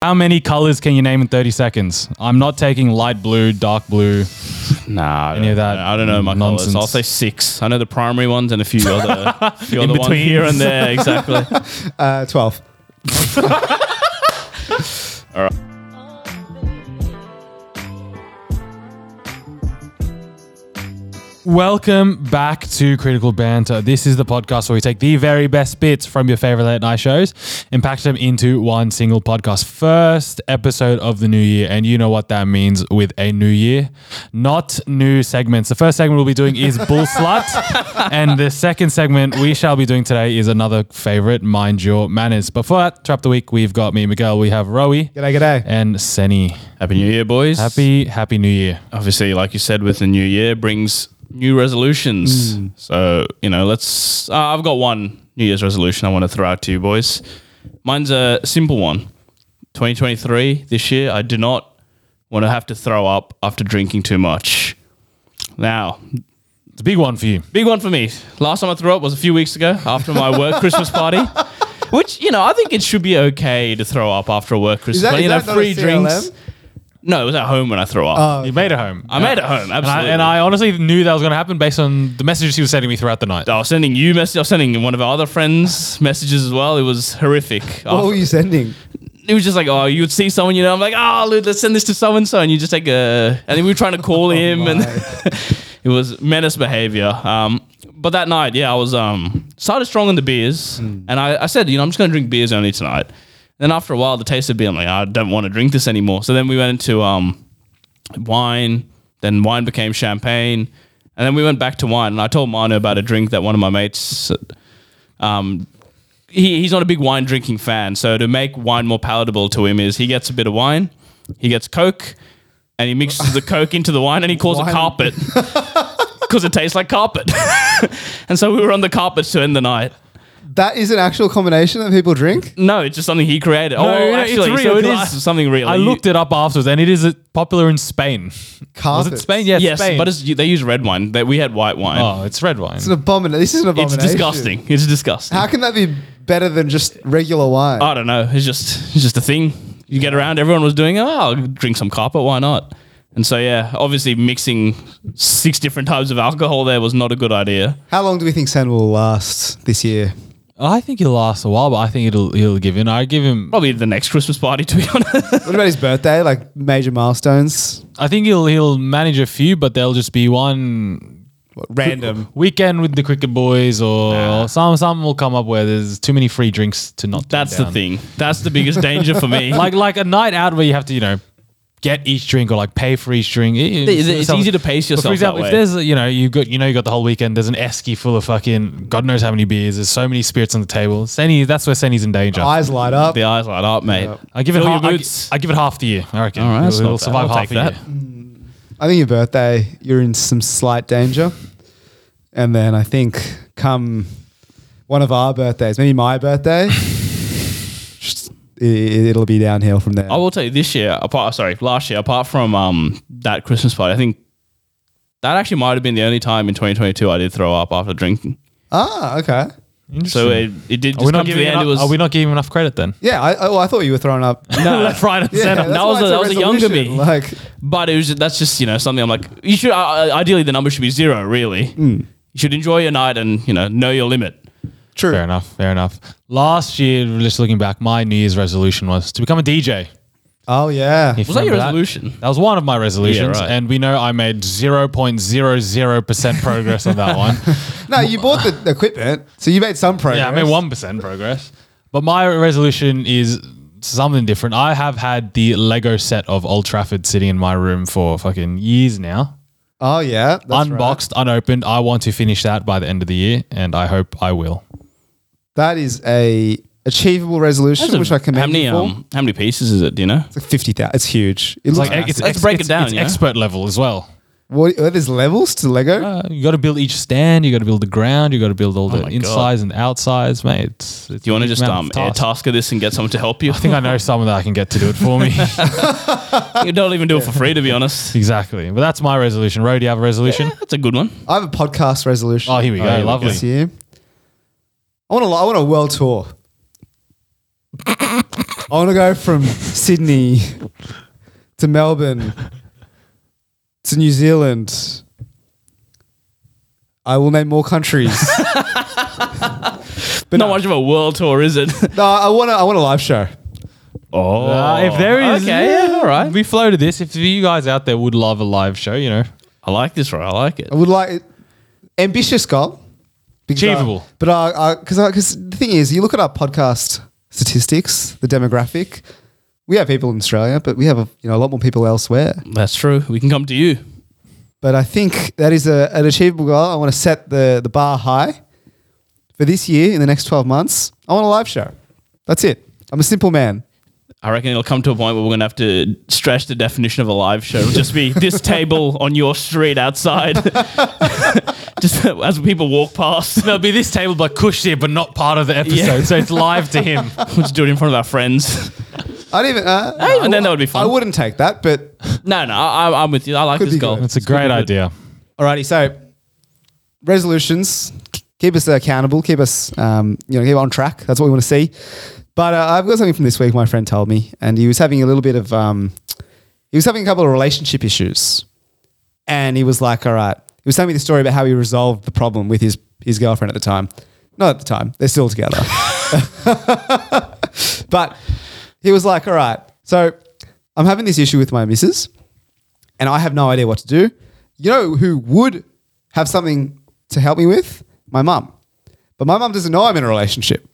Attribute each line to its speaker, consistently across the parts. Speaker 1: How many colors can you name in 30 seconds? I'm not taking light blue, dark blue.
Speaker 2: Nah,
Speaker 1: Any
Speaker 2: I
Speaker 1: of
Speaker 2: don't-
Speaker 1: that
Speaker 2: I don't know my
Speaker 1: nonsense.
Speaker 2: colours. I'll say six. I know the primary ones and a few other, few
Speaker 1: In
Speaker 2: other ones
Speaker 1: between.
Speaker 2: here and there. Exactly.
Speaker 3: Uh, 12.
Speaker 1: Welcome back to Critical Banter. This is the podcast where we take the very best bits from your favorite late night shows and pack them into one single podcast. First episode of the new year, and you know what that means with a new year, not new segments. The first segment we'll be doing is Bull Slut, and the second segment we shall be doing today is another favorite, Mind Your Manners. But for that, Trap of the Week, we've got me, Miguel, we have Rowie,
Speaker 3: G'day, g'day.
Speaker 1: and Senny.
Speaker 2: Happy New Year, boys.
Speaker 1: Happy, happy New Year.
Speaker 2: Obviously, like you said, with the new year brings new resolutions.
Speaker 1: Hmm.
Speaker 2: So you know, let's. Uh, I've got one New Year's resolution I want to throw out to you, boys. Mine's a simple one. 2023 this year, I do not want to have to throw up after drinking too much. Now,
Speaker 1: It's a big one for you.
Speaker 2: Big one for me. Last time I threw up was a few weeks ago after my work Christmas party. Which, you know, I think it should be okay to throw up after a work Christmas
Speaker 3: that-
Speaker 2: party.
Speaker 3: is
Speaker 2: You know,
Speaker 3: that not a
Speaker 2: free drinks.
Speaker 3: CLM?
Speaker 2: No, it was at home when I threw up.
Speaker 3: Oh.
Speaker 1: You made it home.
Speaker 2: I made it home,
Speaker 1: And I,
Speaker 2: absolutely.
Speaker 1: and I honestly knew that was going to happen based on the messages he was sending me throughout the night.
Speaker 2: I was sending you messages. I was sending one of our other friends messages as well. It was horrific.
Speaker 3: What were
Speaker 2: After-
Speaker 3: you sending?
Speaker 2: it was just like, oh, you would see someone, you know. I'm like, oh, Lud, let's send this to so and so, and you just take a. And then we were trying to call him, and it was menace behavior. Um, but that night, yeah, I was um started strong on the beers, and I, I said, you know, I'm just gonna drink beers only tonight. Then after a while, the taste of beer, I'm like, I don't want to drink this anymore. So then we went into um wine, then wine became champagne, and then we went back to wine. And I told Manu about a drink that one of my mates. Um, he, he's not a big wine drinking fan. So to make wine more palatable to him is he gets a bit of wine, he gets Coke, and he mixes the Coke into the wine and he calls it
Speaker 3: Wine.
Speaker 2: carpet because it tastes like carpet. and so we were on the carpet to end the night.
Speaker 3: That is an actual combination that people drink?
Speaker 2: No, it's just something he created. oh,
Speaker 1: no, it's
Speaker 2: actually,
Speaker 1: real.
Speaker 2: so it
Speaker 1: I-
Speaker 2: is something real.
Speaker 1: I
Speaker 2: You-
Speaker 1: looked it up afterwards, and it is uh, popular in Spain. Was
Speaker 3: Carpet.
Speaker 1: it Spain? Yeah,
Speaker 2: Yes,
Speaker 1: Spain.
Speaker 2: but it's, they use red wine. They, we had white wine.
Speaker 1: oh, it's red wine.
Speaker 3: It's an abomination. This is an
Speaker 2: it's
Speaker 3: abomination.
Speaker 2: disgusting. It's disgusting.
Speaker 3: How can that be better than just regular wine?
Speaker 2: I don't know. It's just it's just a thing. You get around. Everyone was doing. Oh, I'll drink some carpet. Why not? And so yeah, obviously mixing six different types of alcohol there was not a good idea.
Speaker 3: How long do we think Sen will last this year?
Speaker 1: I think he'll last a while, but I think it'll he'll give in. I give him.
Speaker 2: Probably the next Christmas party, to be honest.
Speaker 3: What about his birthday? Like major milestones?
Speaker 1: I think he'll he'll manage a few, but there'll just be one
Speaker 3: What, random.
Speaker 1: weekend with the cricket boys, or some some will come up where there's too many free drinks to not. turn
Speaker 2: That's the
Speaker 1: down.
Speaker 2: thing. That's the biggest danger for me.
Speaker 1: Like like a night out where you have to you know. Get each drink or like pay for each drink.
Speaker 2: It's- it's easy to pace
Speaker 1: But
Speaker 2: yourself
Speaker 1: for example,
Speaker 2: that
Speaker 1: if
Speaker 2: way.
Speaker 1: there's a- you know you got you know you got the whole weekend. There's an esky full of fucking God knows how many beers. There's so many spirits on the table. Senny, that's where Senny's in danger. I,
Speaker 3: Eyes light up.
Speaker 2: the eyes light up, mate.
Speaker 1: give it
Speaker 2: Fill
Speaker 1: half.
Speaker 2: your
Speaker 1: I, gi-
Speaker 2: boots.
Speaker 1: I give it half the year. I reckon.
Speaker 2: All right, that's
Speaker 1: it'll, it'll
Speaker 2: not bad.
Speaker 1: survive
Speaker 2: I'll
Speaker 1: half
Speaker 2: take
Speaker 1: the year.
Speaker 2: that.
Speaker 3: I think your birthday, you're in some slight danger. And then I think come one of our birthdays, maybe my birthday, just, it, it'll be downhill from there.
Speaker 2: I will tell you this year, apart sorry, last year, apart from um that Christmas party, I think that actually might have been the only time in 2022 I did throw up after drinking.
Speaker 3: Ah, okay.
Speaker 2: So it, it did
Speaker 1: Are we, not
Speaker 2: just come to
Speaker 1: giving
Speaker 2: the end.
Speaker 1: enough,
Speaker 2: It was
Speaker 1: are we not giving enough credit then?
Speaker 3: Yeah, I, oh, I thought you were throwing up.
Speaker 1: Left, right, and
Speaker 3: Yeah,
Speaker 1: center.
Speaker 3: that's
Speaker 2: that was
Speaker 3: why
Speaker 2: a-
Speaker 3: it's
Speaker 2: that was a younger me.
Speaker 3: resolution, Like,
Speaker 2: But it was that's just you know something I'm like you should uh, ideally the number should be zero really.
Speaker 3: Mm.
Speaker 2: You should enjoy your night and you know know your limit.
Speaker 3: true.
Speaker 1: Fair enough. Fair enough. Last year, just looking back, my New Year's resolution was to become a DJ.
Speaker 3: Oh yeah.
Speaker 1: If
Speaker 2: Was
Speaker 1: you
Speaker 2: that your
Speaker 1: remember
Speaker 2: resolution?
Speaker 1: That? was one of my resolutions,
Speaker 2: right.
Speaker 1: and we know I made zero point zero zero percent progress on that one.
Speaker 3: no, you bought the equipment, so you made some progress.
Speaker 1: Yeah, I made one percent progress, but my resolution is something different. I have had the Lego set of Old Trafford sitting in my room for fucking years now,
Speaker 3: Oh yeah. that's right.
Speaker 1: unboxed, unopened. I want to finish that by the end of the year, and I hope I will.
Speaker 3: That is a achievable resolution, which I commend
Speaker 2: how many
Speaker 3: you for.
Speaker 2: um, how many pieces is it? Do you know?
Speaker 3: it's like fifty thousand. It's huge. It
Speaker 1: It's
Speaker 3: looks
Speaker 1: like
Speaker 3: like
Speaker 1: it's,
Speaker 2: Let's break it
Speaker 1: it's-
Speaker 2: down,
Speaker 1: It's
Speaker 2: yeah?
Speaker 1: expert level as well.
Speaker 3: what, are there's levels to Lego.
Speaker 1: Uh, you got to build each stand. You got to build the ground. You got to build all the
Speaker 2: Oh my God.
Speaker 1: insides and outsides, mate. It's, it's
Speaker 2: Do you want
Speaker 1: a
Speaker 2: to
Speaker 1: huge
Speaker 2: just um
Speaker 1: amount of
Speaker 2: air
Speaker 1: tasks.
Speaker 2: tasker this and get someone to help you?
Speaker 1: I think I know someone that I can get to do it for me.
Speaker 2: you don't even do it for free to be honest.
Speaker 1: exactly. But that's my resolution. Ro, do you have a resolution?
Speaker 2: Yeah, that's a good one.
Speaker 3: I have a podcast resolution.
Speaker 1: Oh, here we go.
Speaker 2: Oh, here we
Speaker 1: Lovely.
Speaker 3: this year. I want to. I want a world tour. I want to go from Sydney to Melbourne to New Zealand. I will name more countries. but
Speaker 2: Not
Speaker 3: no,
Speaker 2: much of a world tour, is it?
Speaker 3: no, I want to. I want a live show.
Speaker 2: Oh,
Speaker 1: Uh, if there is,
Speaker 2: okay, yeah, all right.
Speaker 1: We floated this. If you guys out there would love a live show, you know,
Speaker 2: I like this one. I like it.
Speaker 3: I would like ambitious goal, because
Speaker 1: Achievable.
Speaker 3: I, but uh, because because the thing is, you look at our podcast statistics, the demographic. We have people in Australia, but we have a, you know a lot more people elsewhere.
Speaker 2: That's true. We can come to you.
Speaker 3: But I think that is a, an achievable goal. I want to set the, the bar high for this year in the next 12 months. I want a live show. That's it. I'm a simple man.
Speaker 2: I reckon it'll come to a point where we're going to have to stretch the definition of a live show. It'll just be this table on your street outside. just as people walk past,
Speaker 1: there'll be this table by Kush here, but not part of the episode,
Speaker 2: Yeah.
Speaker 1: so it's live to him.
Speaker 2: we'll just do it in front of our friends.
Speaker 3: I don't even. Uh,
Speaker 2: Hey, even then, that would be
Speaker 3: I
Speaker 2: fun.
Speaker 3: wouldn't take that, but
Speaker 2: no, no, I, I- I'm with you. I like
Speaker 3: Could
Speaker 2: this
Speaker 3: be
Speaker 2: goal.
Speaker 3: good.
Speaker 1: That's a great idea.
Speaker 3: alrighty. So resolutions k- keep us uh, accountable, keep us um, you know keep on track. That's what we want to see. But uh, I've got something from this week. My friend told me, and he was having a little bit of um, he was having a couple of relationship issues, and he was like, "All right." He was telling me the story about how he resolved the problem with his his girlfriend at the time. Not at the time; they're still together. but he was like, "All right, so I'm having this issue with my missus, and I have no idea what to do. You know who would have something to help me with? My mum. But my mum doesn't know I'm in a relationship,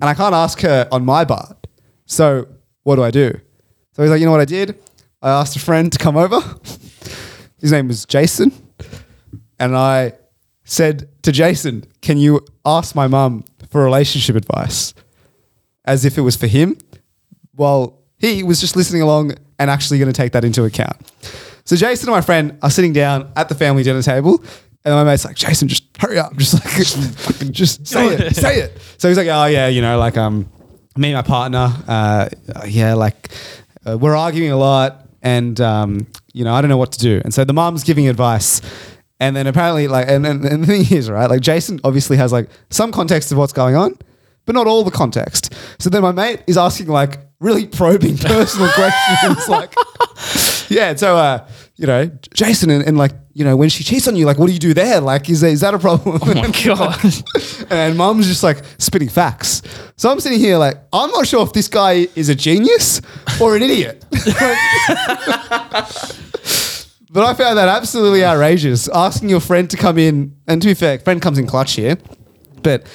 Speaker 3: and I can't ask her on my part. So what do I do? So he's like, you know what I did? I asked a friend to come over. His name was Jason, and I said to Jason, "Can you ask my mum for relationship advice?" as if it was for him, while he was just listening along and actually going to take that into account. So Jason and my friend are sitting down at the family dinner table, and my mate's like, "Jason, just hurry up, just like, fucking just say it, say it." So he's like, "Oh yeah, you know, like um, me and my partner, uh, yeah, like uh, we're arguing a lot, and um, you know, I don't know what to do." And so the mom's giving advice. And then apparently, like, and, and, and the thing is, right? Like, Jason obviously has like some context of what's going on, but not all the context. So then my mate is asking like really probing personal questions, like, yeah. and So, uh, you know, Jason, and, and like, you know, when she cheats on you, like, what do you do there? Like, is, there, is that a problem?
Speaker 2: Oh my god.
Speaker 3: and mum's just like spitting facts. So I'm sitting here like, I'm not sure if this guy is a genius or an idiot. but I found that absolutely outrageous. Asking your friend to come in, and to be fair, friend comes in clutch here, but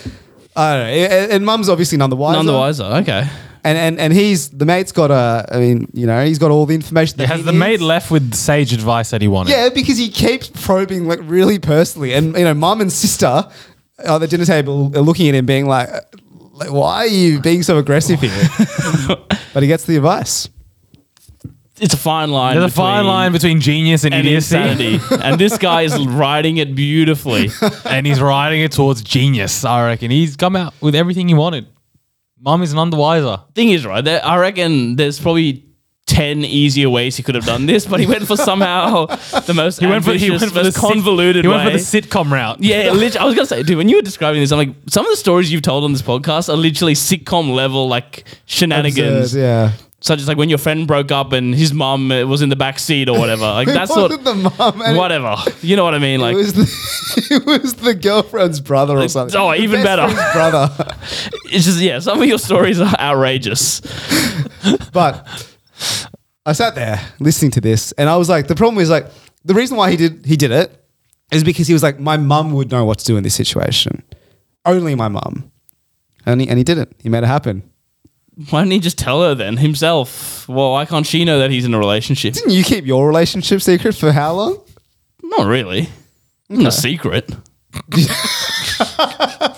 Speaker 3: I don't know. And, and mum's obviously none the wiser.
Speaker 2: None the wiser. Okay.
Speaker 3: And, and and he's the mate's got a. I mean, you know, he's got all the information. That
Speaker 1: Has
Speaker 3: he
Speaker 1: the
Speaker 3: needs.
Speaker 1: mate left with sage advice that he wanted?
Speaker 3: Yeah, because he keeps probing like really personally, and you know, mum and sister at the dinner table are looking at him, being like, uh, like, "Why are you being so aggressive here?" but he gets the advice.
Speaker 2: It's a fine line.
Speaker 1: There's a fine
Speaker 2: between-
Speaker 1: line between genius and,
Speaker 2: and
Speaker 1: idiocy,
Speaker 2: insanity. and this guy is riding it beautifully.
Speaker 1: and he's riding it towards genius. I reckon he's come out with everything he wanted. Mum is none the wiser.
Speaker 2: Thing is, right? There, I reckon there's probably ten easier ways he could have done this, but he went for somehow the most he
Speaker 1: went for- he went for the
Speaker 2: most
Speaker 1: sit-
Speaker 2: convoluted
Speaker 1: He
Speaker 2: way.
Speaker 1: went for the sitcom route.
Speaker 2: yeah, lit- I was gonna say, dude, when you were describing this, I'm like, some of the stories you've told on this podcast are literally sitcom level, like shenanigans,
Speaker 3: Absurd, yeah.
Speaker 2: such as like when your friend broke up and his mum uh, was in the back seat or whatever. Like that's
Speaker 3: it
Speaker 2: what,
Speaker 3: wasn't the mum. and it-
Speaker 2: whatever. You know what I mean?
Speaker 3: It
Speaker 2: Like
Speaker 3: was, the, it was the girlfriend's brother or something.
Speaker 2: oh,
Speaker 3: The
Speaker 2: even
Speaker 3: best
Speaker 2: better.
Speaker 3: friend's brother.
Speaker 2: it's just yeah, some of your stories are outrageous.
Speaker 3: But I sat there listening to this, and I was like, the problem is like the reason why he did he did it is because he was like, my mum would know what to do in this situation, only my mum, and he and he didn't. He made it happen.
Speaker 2: Why didn't he just tell her then himself? Well, why can't she know that he's in a relationship?
Speaker 3: Didn't you keep your relationship secret for how long?
Speaker 2: Not really. Not a secret.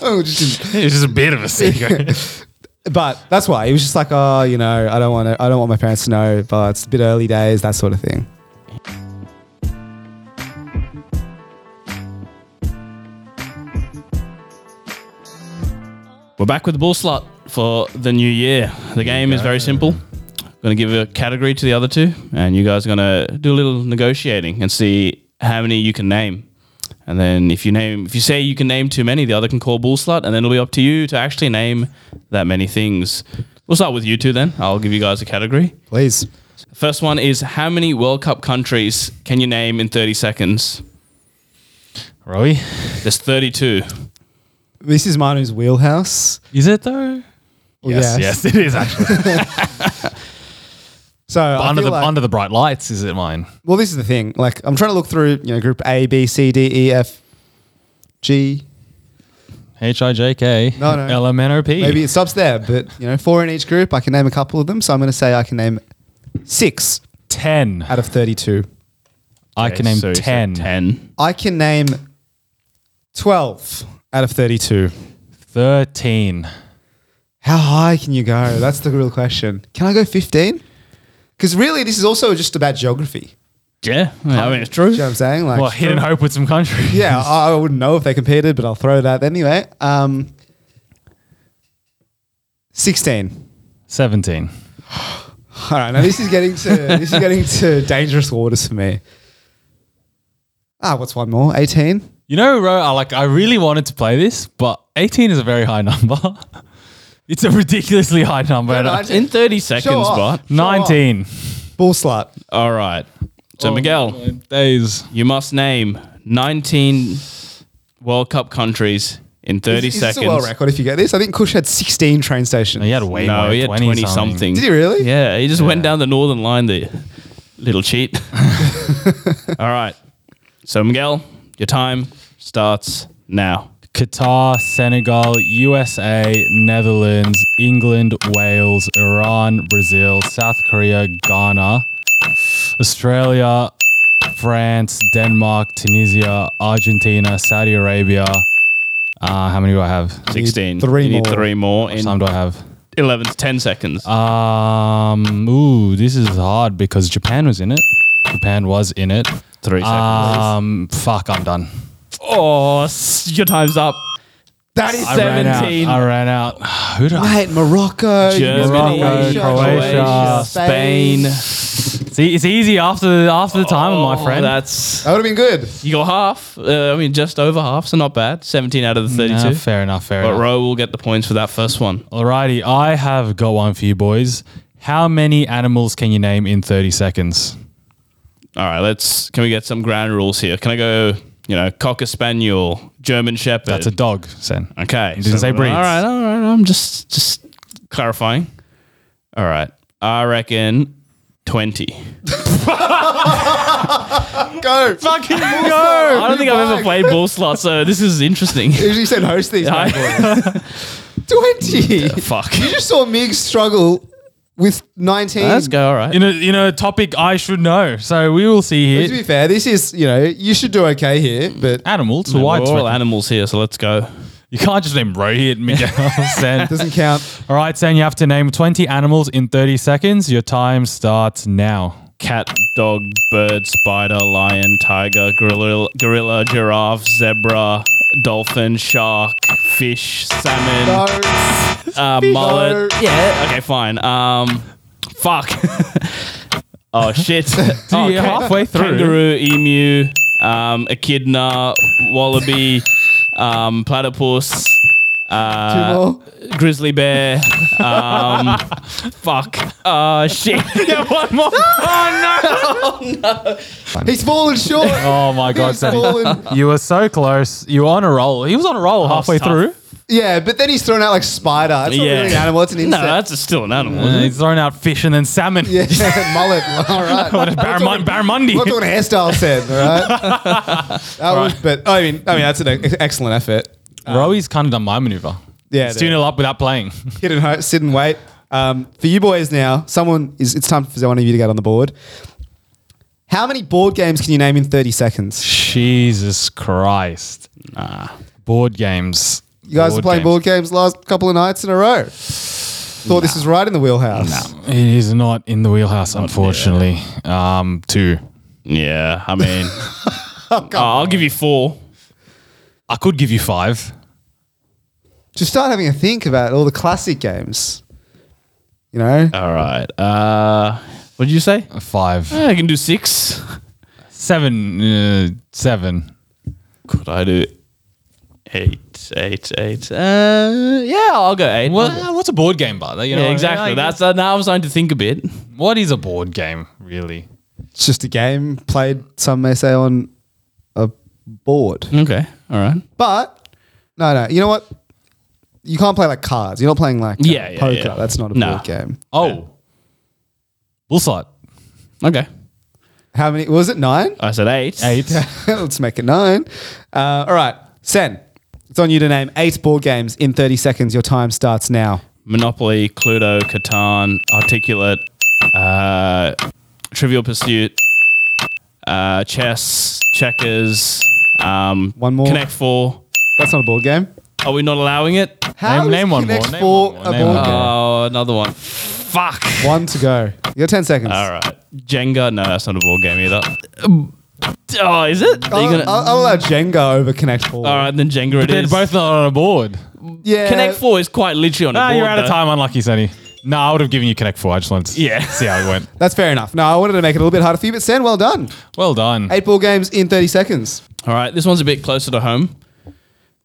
Speaker 3: Oh, just didn't.
Speaker 1: It's just a bit of a secret.
Speaker 3: But that's why he was just like, oh, you know, I don't want to, I don't want my parents to know, but it's a bit early days, that sort of thing.
Speaker 2: We're back with the bull slot for the new year. The game is very simple. I'm going to give a category to the other two, and you guys are going to do a little negotiating and see how many you can name. And then if you name, if you say you can name too many, the other can call bull slot, and then it'll be up to you to actually name that many things. We'll start with you two then. I'll give you guys a category.
Speaker 3: Please.
Speaker 2: First one is how many World Cup countries can you name in 30 seconds?
Speaker 1: Roy?
Speaker 2: There's 32.
Speaker 3: This is Manu's wheelhouse.
Speaker 1: Is it though?
Speaker 3: Well,
Speaker 1: Yes, it is actually.
Speaker 3: So I
Speaker 1: under
Speaker 3: feel
Speaker 1: the
Speaker 3: like-
Speaker 1: under the bright lights, is it mine?
Speaker 3: well, this is the thing. Like I'm trying to look through, you know, group A, B, C, D, E, F, G.
Speaker 1: H I J K
Speaker 3: No, no.
Speaker 1: L M N O P.
Speaker 3: Maybe it stops there, but you know, four in each group. I can name a couple of them, so I'm going to say I can name six
Speaker 1: ten.
Speaker 3: out of thirty-two.
Speaker 1: I can name
Speaker 2: So you said
Speaker 1: ten.
Speaker 2: 10.
Speaker 3: I can name twelve out of thirty-two.
Speaker 1: Thirteen.
Speaker 3: How high can you go? That's the real question. Can I go fifteen? Because really, this is also just about geography.
Speaker 2: Yeah. I mean, it's
Speaker 3: Do
Speaker 2: true.
Speaker 3: you know what I'm saying? Like,
Speaker 1: well, hidden hope with some country.
Speaker 3: yeah, I I wouldn't know if they competed, but I'll throw that anyway. Um, Sixteen.
Speaker 1: Seventeen.
Speaker 3: All right, now this is getting to this is getting to dangerous waters for me. Ah, what's one more? Eighteen.
Speaker 1: You know, Ro, I like I really wanted to play this, but eighteen is a very high number. it's a ridiculously high number. And I-
Speaker 2: In 30 seconds,
Speaker 3: off.
Speaker 2: but.
Speaker 3: Show off.
Speaker 1: Nineteen.
Speaker 3: Bull slut.
Speaker 2: All right.
Speaker 3: Oh,
Speaker 2: So, Miguel,
Speaker 1: Days.
Speaker 2: you must name 19 World Cup countries in 30
Speaker 3: Is- is this
Speaker 2: seconds.
Speaker 3: a world record if you get this. I think Kush had sixteen train stations.
Speaker 1: He had way
Speaker 2: no,
Speaker 1: more.
Speaker 2: he had 20,
Speaker 1: 20
Speaker 2: something.
Speaker 3: Did he really?
Speaker 2: Yeah, he just went down the northern line there. Little cheat. All right. So, Miguel, your time starts now.
Speaker 1: Qatar, Senegal, USA, Netherlands, England, Wales, Iran, Brazil, South Korea, Ghana, Australia, France, Denmark, Tunisia, Argentina, Saudi Arabia. Uh, how many do I have?
Speaker 2: 16.
Speaker 3: three
Speaker 2: you need
Speaker 3: more.
Speaker 2: three more Ah. in
Speaker 1: How many do I have?
Speaker 2: 11 to 10 seconds.
Speaker 1: Um, ooh, this is hard because Japan was in it. Japan was in it.
Speaker 2: three seconds.
Speaker 1: Um, fuck, I'm done.
Speaker 2: Ah. Oh, s- your time's up.
Speaker 3: That is
Speaker 1: I ran out.
Speaker 2: 17.
Speaker 1: I ran out. Who did I
Speaker 3: Mate, Morocco,
Speaker 2: Germany,
Speaker 1: Morocco, Croatia,
Speaker 2: Spain.
Speaker 1: See, it's easy after the, after the time, my friend.
Speaker 2: Oh, that's
Speaker 3: That would have been good.
Speaker 2: you got half. Uh, I mean, just over half, so not bad. Seventeen out of the
Speaker 1: Nah,
Speaker 2: thirty-two.
Speaker 1: Ah, fair enough, fair
Speaker 2: but
Speaker 1: enough.
Speaker 2: Roe will get the points for that first one.
Speaker 1: Alrighty, I have got one for you boys. How many animals can you name in 30 seconds?
Speaker 2: All right, let's. Can we get some ground rules here? Can I go? You know, cocker spaniel, German shepherd.
Speaker 1: That's a dog, Sen.
Speaker 2: okay.
Speaker 1: didn't say breeds.
Speaker 2: All right, all right. I'm just just clarifying. All right, I reckon twenty.
Speaker 3: Go.
Speaker 2: Fucking go! I don't think I've ever
Speaker 3: Fuck.
Speaker 2: played ball slot, so this is interesting.
Speaker 3: Usually said host these.
Speaker 2: I-
Speaker 3: Twenty.
Speaker 2: Fuck.
Speaker 3: You just saw Mig struggle with nineteen.
Speaker 2: Let's go. All right.
Speaker 1: In a, in a topic I should know. So we will see
Speaker 3: To
Speaker 1: here.
Speaker 3: be fair, this is you know you should do okay here, but
Speaker 1: Animals,
Speaker 2: We're
Speaker 1: why
Speaker 2: all
Speaker 1: it's-
Speaker 2: animals here, so let's go.
Speaker 1: You can't just name Rohit, Miguel, Sen.
Speaker 3: doesn't count.
Speaker 1: All right, Sen, you have to name 20 animals in 30 seconds. Your time starts now.
Speaker 2: Cat, dog, bird, spider, lion, tiger, gorilla, gorilla, giraffe, zebra, dolphin, shark, fish, salmon,
Speaker 3: No.
Speaker 2: uh, mullet.
Speaker 3: No.
Speaker 2: Yeah. Okay, fine. Um, fuck. oh shit. oh,
Speaker 1: you're
Speaker 2: can-
Speaker 1: halfway through.
Speaker 2: Kangaroo, emu, um, echidna, wallaby, um, platypus. Uh,
Speaker 3: more.
Speaker 2: Grizzly bear. Um, fuck. Uh, shit. yeah, one more.
Speaker 3: He's fallen short.
Speaker 1: Oh my God,
Speaker 3: He's
Speaker 1: Sen.
Speaker 3: fallen.
Speaker 1: You were so close. You were on a roll. He was on a roll halfway
Speaker 2: tough.
Speaker 1: through.
Speaker 3: Yeah, but then he's thrown out like spider. It's not
Speaker 2: Yeah.
Speaker 3: really an animal. It's an
Speaker 2: No,
Speaker 3: insect. Mm.
Speaker 2: that's still an animal.
Speaker 1: Uh, he's thrown out fish and then salmon.
Speaker 3: yeah, mullet. All right. What
Speaker 1: Barramun-
Speaker 3: I'm not
Speaker 1: Barramundi.
Speaker 3: talking hairstyle said, all right? That was, but I mean, I mean that's an ex- excellent effort.
Speaker 1: Rowi's kind of done my maneuver.
Speaker 3: Um, Yeah,
Speaker 1: It's 2 0 up without playing.
Speaker 3: Hit and ho- sit and wait. Um, for you boys now, someone is. It's time for one of you to get on the board. How many board games can you name in 30 seconds?
Speaker 1: Jesus Christ. Nah.
Speaker 2: Ah.
Speaker 1: Board games.
Speaker 3: You guys are playing board games last couple of nights in a row. Thought this was right in the wheelhouse.
Speaker 1: It is not in the wheelhouse, unfortunately. Um, two.
Speaker 2: Yeah, I mean,
Speaker 3: Oh, God.
Speaker 2: Ah, I'll give you four.
Speaker 1: I could give you five.
Speaker 3: Just start having a think about all the classic games. You know,
Speaker 2: All right. Uh, what did you say?
Speaker 1: Five.
Speaker 2: I can do six.
Speaker 1: Seven. Uh, seven.
Speaker 2: Could I do eight, eight, eight. Uh, yeah, I'll go eight.
Speaker 1: Well,
Speaker 2: I'll go-
Speaker 1: uh, what's a board game, brother? You know what
Speaker 2: yeah,
Speaker 1: I mean?
Speaker 2: exactly.
Speaker 1: Like,
Speaker 2: That's uh, now I'm starting to think a bit.
Speaker 1: what is a board game, really?
Speaker 3: It's just a game played, some may say, on a board.
Speaker 2: Okay, all right.
Speaker 3: But no, no. You know what? You can't play like cards. You're not playing like uh,
Speaker 2: Yeah, yeah,
Speaker 3: poker.
Speaker 2: yeah.
Speaker 3: That's not a
Speaker 2: Nah.
Speaker 3: board game.
Speaker 1: Oh, bull sight.
Speaker 2: Okay,
Speaker 3: How many was it? Nine.
Speaker 2: I said eight.
Speaker 1: Eight.
Speaker 3: Let's make it nine. Uh, all right, Sen. It's on you to name eight board games in 30 seconds. Your time starts now.
Speaker 2: Monopoly, Cluedo, Catan, Articulate, uh, Trivial Pursuit, uh, chess, checkers. Um,
Speaker 3: One more.
Speaker 2: Connect Four.
Speaker 3: That's not a board game.
Speaker 2: Are we not allowing it?
Speaker 1: Name-
Speaker 3: is
Speaker 1: name one more,
Speaker 3: Connect
Speaker 1: name
Speaker 3: Four
Speaker 1: one
Speaker 3: a
Speaker 1: more, name
Speaker 3: board
Speaker 1: one
Speaker 3: game?
Speaker 2: Oh, another one. Fuck.
Speaker 3: One to go. You got 10 seconds.
Speaker 2: All right. Jenga. No, that's not a board game either. Um, Oh, is it? Are
Speaker 3: I'll,
Speaker 2: you gonna-
Speaker 3: I'll- I'll allow Jenga over Connect Four.
Speaker 2: all right, then Jenga it
Speaker 1: They're
Speaker 2: is.
Speaker 1: both not on a board.
Speaker 3: Yeah.
Speaker 2: Connect Four is quite literally on a
Speaker 1: Ah,
Speaker 2: board.
Speaker 1: you're out of
Speaker 2: though.
Speaker 1: time, unlucky, Sonny. No, I would have given you Connect Four. I just wanted to
Speaker 2: Yeah.
Speaker 1: see how it went.
Speaker 3: That's fair enough. No, I wanted to make it a little bit harder for you, but Sen, well done.
Speaker 1: Well done.
Speaker 3: Eight board games in 30 seconds.
Speaker 2: All right, this one's a bit closer to home.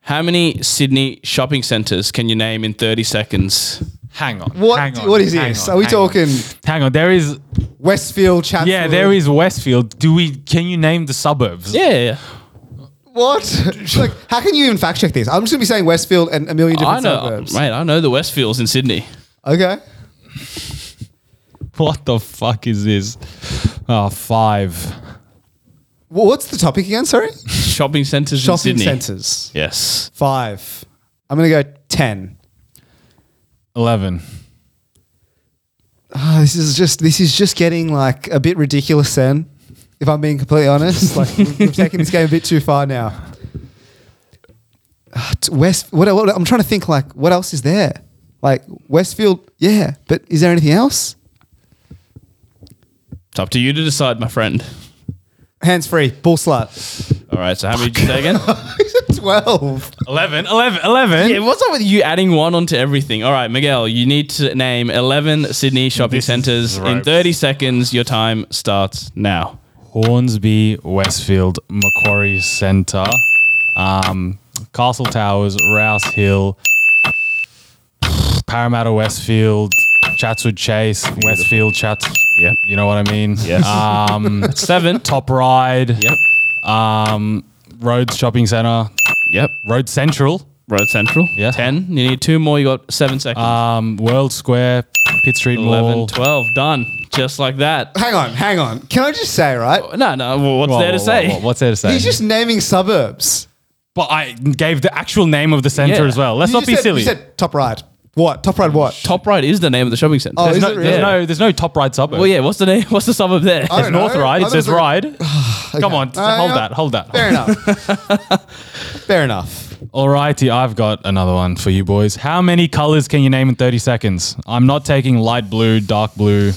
Speaker 2: How many Sydney shopping centres can you name in 30 seconds?
Speaker 1: Hang on.
Speaker 3: What-
Speaker 1: hang on,
Speaker 3: what is
Speaker 1: hang
Speaker 3: this?
Speaker 1: on,
Speaker 3: Are we
Speaker 1: hang on.
Speaker 3: talking-
Speaker 1: Hang on. There is.
Speaker 3: Westfield, Chatswood.
Speaker 1: Yeah, there is Westfield. Do we? Can you name the suburbs?
Speaker 2: Yeah,
Speaker 3: What? like, how can you even fact check this? I'm just gonna be saying Westfield and a million
Speaker 2: I
Speaker 3: different
Speaker 2: know, uh,
Speaker 3: suburbs.
Speaker 2: mate. I know the Westfields in Sydney.
Speaker 3: Okay.
Speaker 1: What the fuck is this? Oh, five.
Speaker 3: Wha- What's the topic again? Sorry.
Speaker 2: Shopping centres in
Speaker 3: Shopping
Speaker 2: Sydney.
Speaker 3: centers.
Speaker 2: Yes.
Speaker 3: Five. I'm gonna go ten.
Speaker 1: Eleven.
Speaker 3: Ah, this is just this is just getting like a bit ridiculous. Then, if I'm being completely honest, like we've we've taken this game a bit too far now. Ah, t- West. What, what? I'm trying to think. Like, what else is there? Like Westfield. Yeah, but is there anything else?
Speaker 2: It's up to you to decide, my friend.
Speaker 3: Hands free. Bull slut.
Speaker 2: All right, so how many did you say again?
Speaker 3: Twelve.
Speaker 1: Eleven. Eleven. Eleven.
Speaker 2: yeah, what's up with you adding one onto everything? All right, Miguel, you need to name 11 Sydney shopping
Speaker 1: This is
Speaker 2: centres in
Speaker 1: ropes.
Speaker 2: 30 seconds. Your time starts now.
Speaker 1: Hornsby, Westfield, Macquarie Centre, um, Castle Towers, Rouse Hill, Parramatta, Westfield, Chatswood Chase, Westfield, Chats.
Speaker 2: Yep.
Speaker 1: You know what I mean?
Speaker 2: Yes.
Speaker 1: Um,
Speaker 2: Seven.
Speaker 1: Top Ride,
Speaker 2: Ah. Yep.
Speaker 1: um, Rhodes Shopping Centre,
Speaker 2: Yep.
Speaker 1: Road Central,
Speaker 2: Road Central.
Speaker 1: Yeah.
Speaker 2: 10. You need two more. You got seven seconds.
Speaker 1: um, World Square, Pitt Street
Speaker 2: 11,
Speaker 1: Mall.
Speaker 2: 12, done. Just like that.
Speaker 3: Hang on. Hang on. Can I just say right?
Speaker 2: No, no, well, what's
Speaker 1: Whoa,
Speaker 2: there to
Speaker 1: whoa, whoa,
Speaker 2: say?
Speaker 1: whoa, what's there to say?
Speaker 3: He's just naming suburbs.
Speaker 1: but I gave the actual name of the centre
Speaker 2: Yeah.
Speaker 1: as well. Let's
Speaker 3: You
Speaker 1: not
Speaker 3: just
Speaker 1: be
Speaker 3: said,
Speaker 1: silly.
Speaker 3: You said top right. What? Top right what?
Speaker 2: Top right is the name of the shopping centre.
Speaker 3: Oh,
Speaker 2: There's
Speaker 3: is
Speaker 2: no-
Speaker 3: it really?
Speaker 1: there's no, there's no top right suburb.
Speaker 2: well, yeah, what's the name? What's the suburb there?
Speaker 3: I
Speaker 1: It's
Speaker 3: don't know.
Speaker 1: North Ride. It
Speaker 3: Others
Speaker 1: says
Speaker 3: are-
Speaker 1: Ride. Come on,
Speaker 3: Uh,
Speaker 1: hold
Speaker 3: yeah.
Speaker 1: that, hold that.
Speaker 3: Fair enough. Fair enough.
Speaker 1: Alrighty, I've got another one for you boys. How many colors can you name in 30 seconds? I'm not taking light blue, dark blue.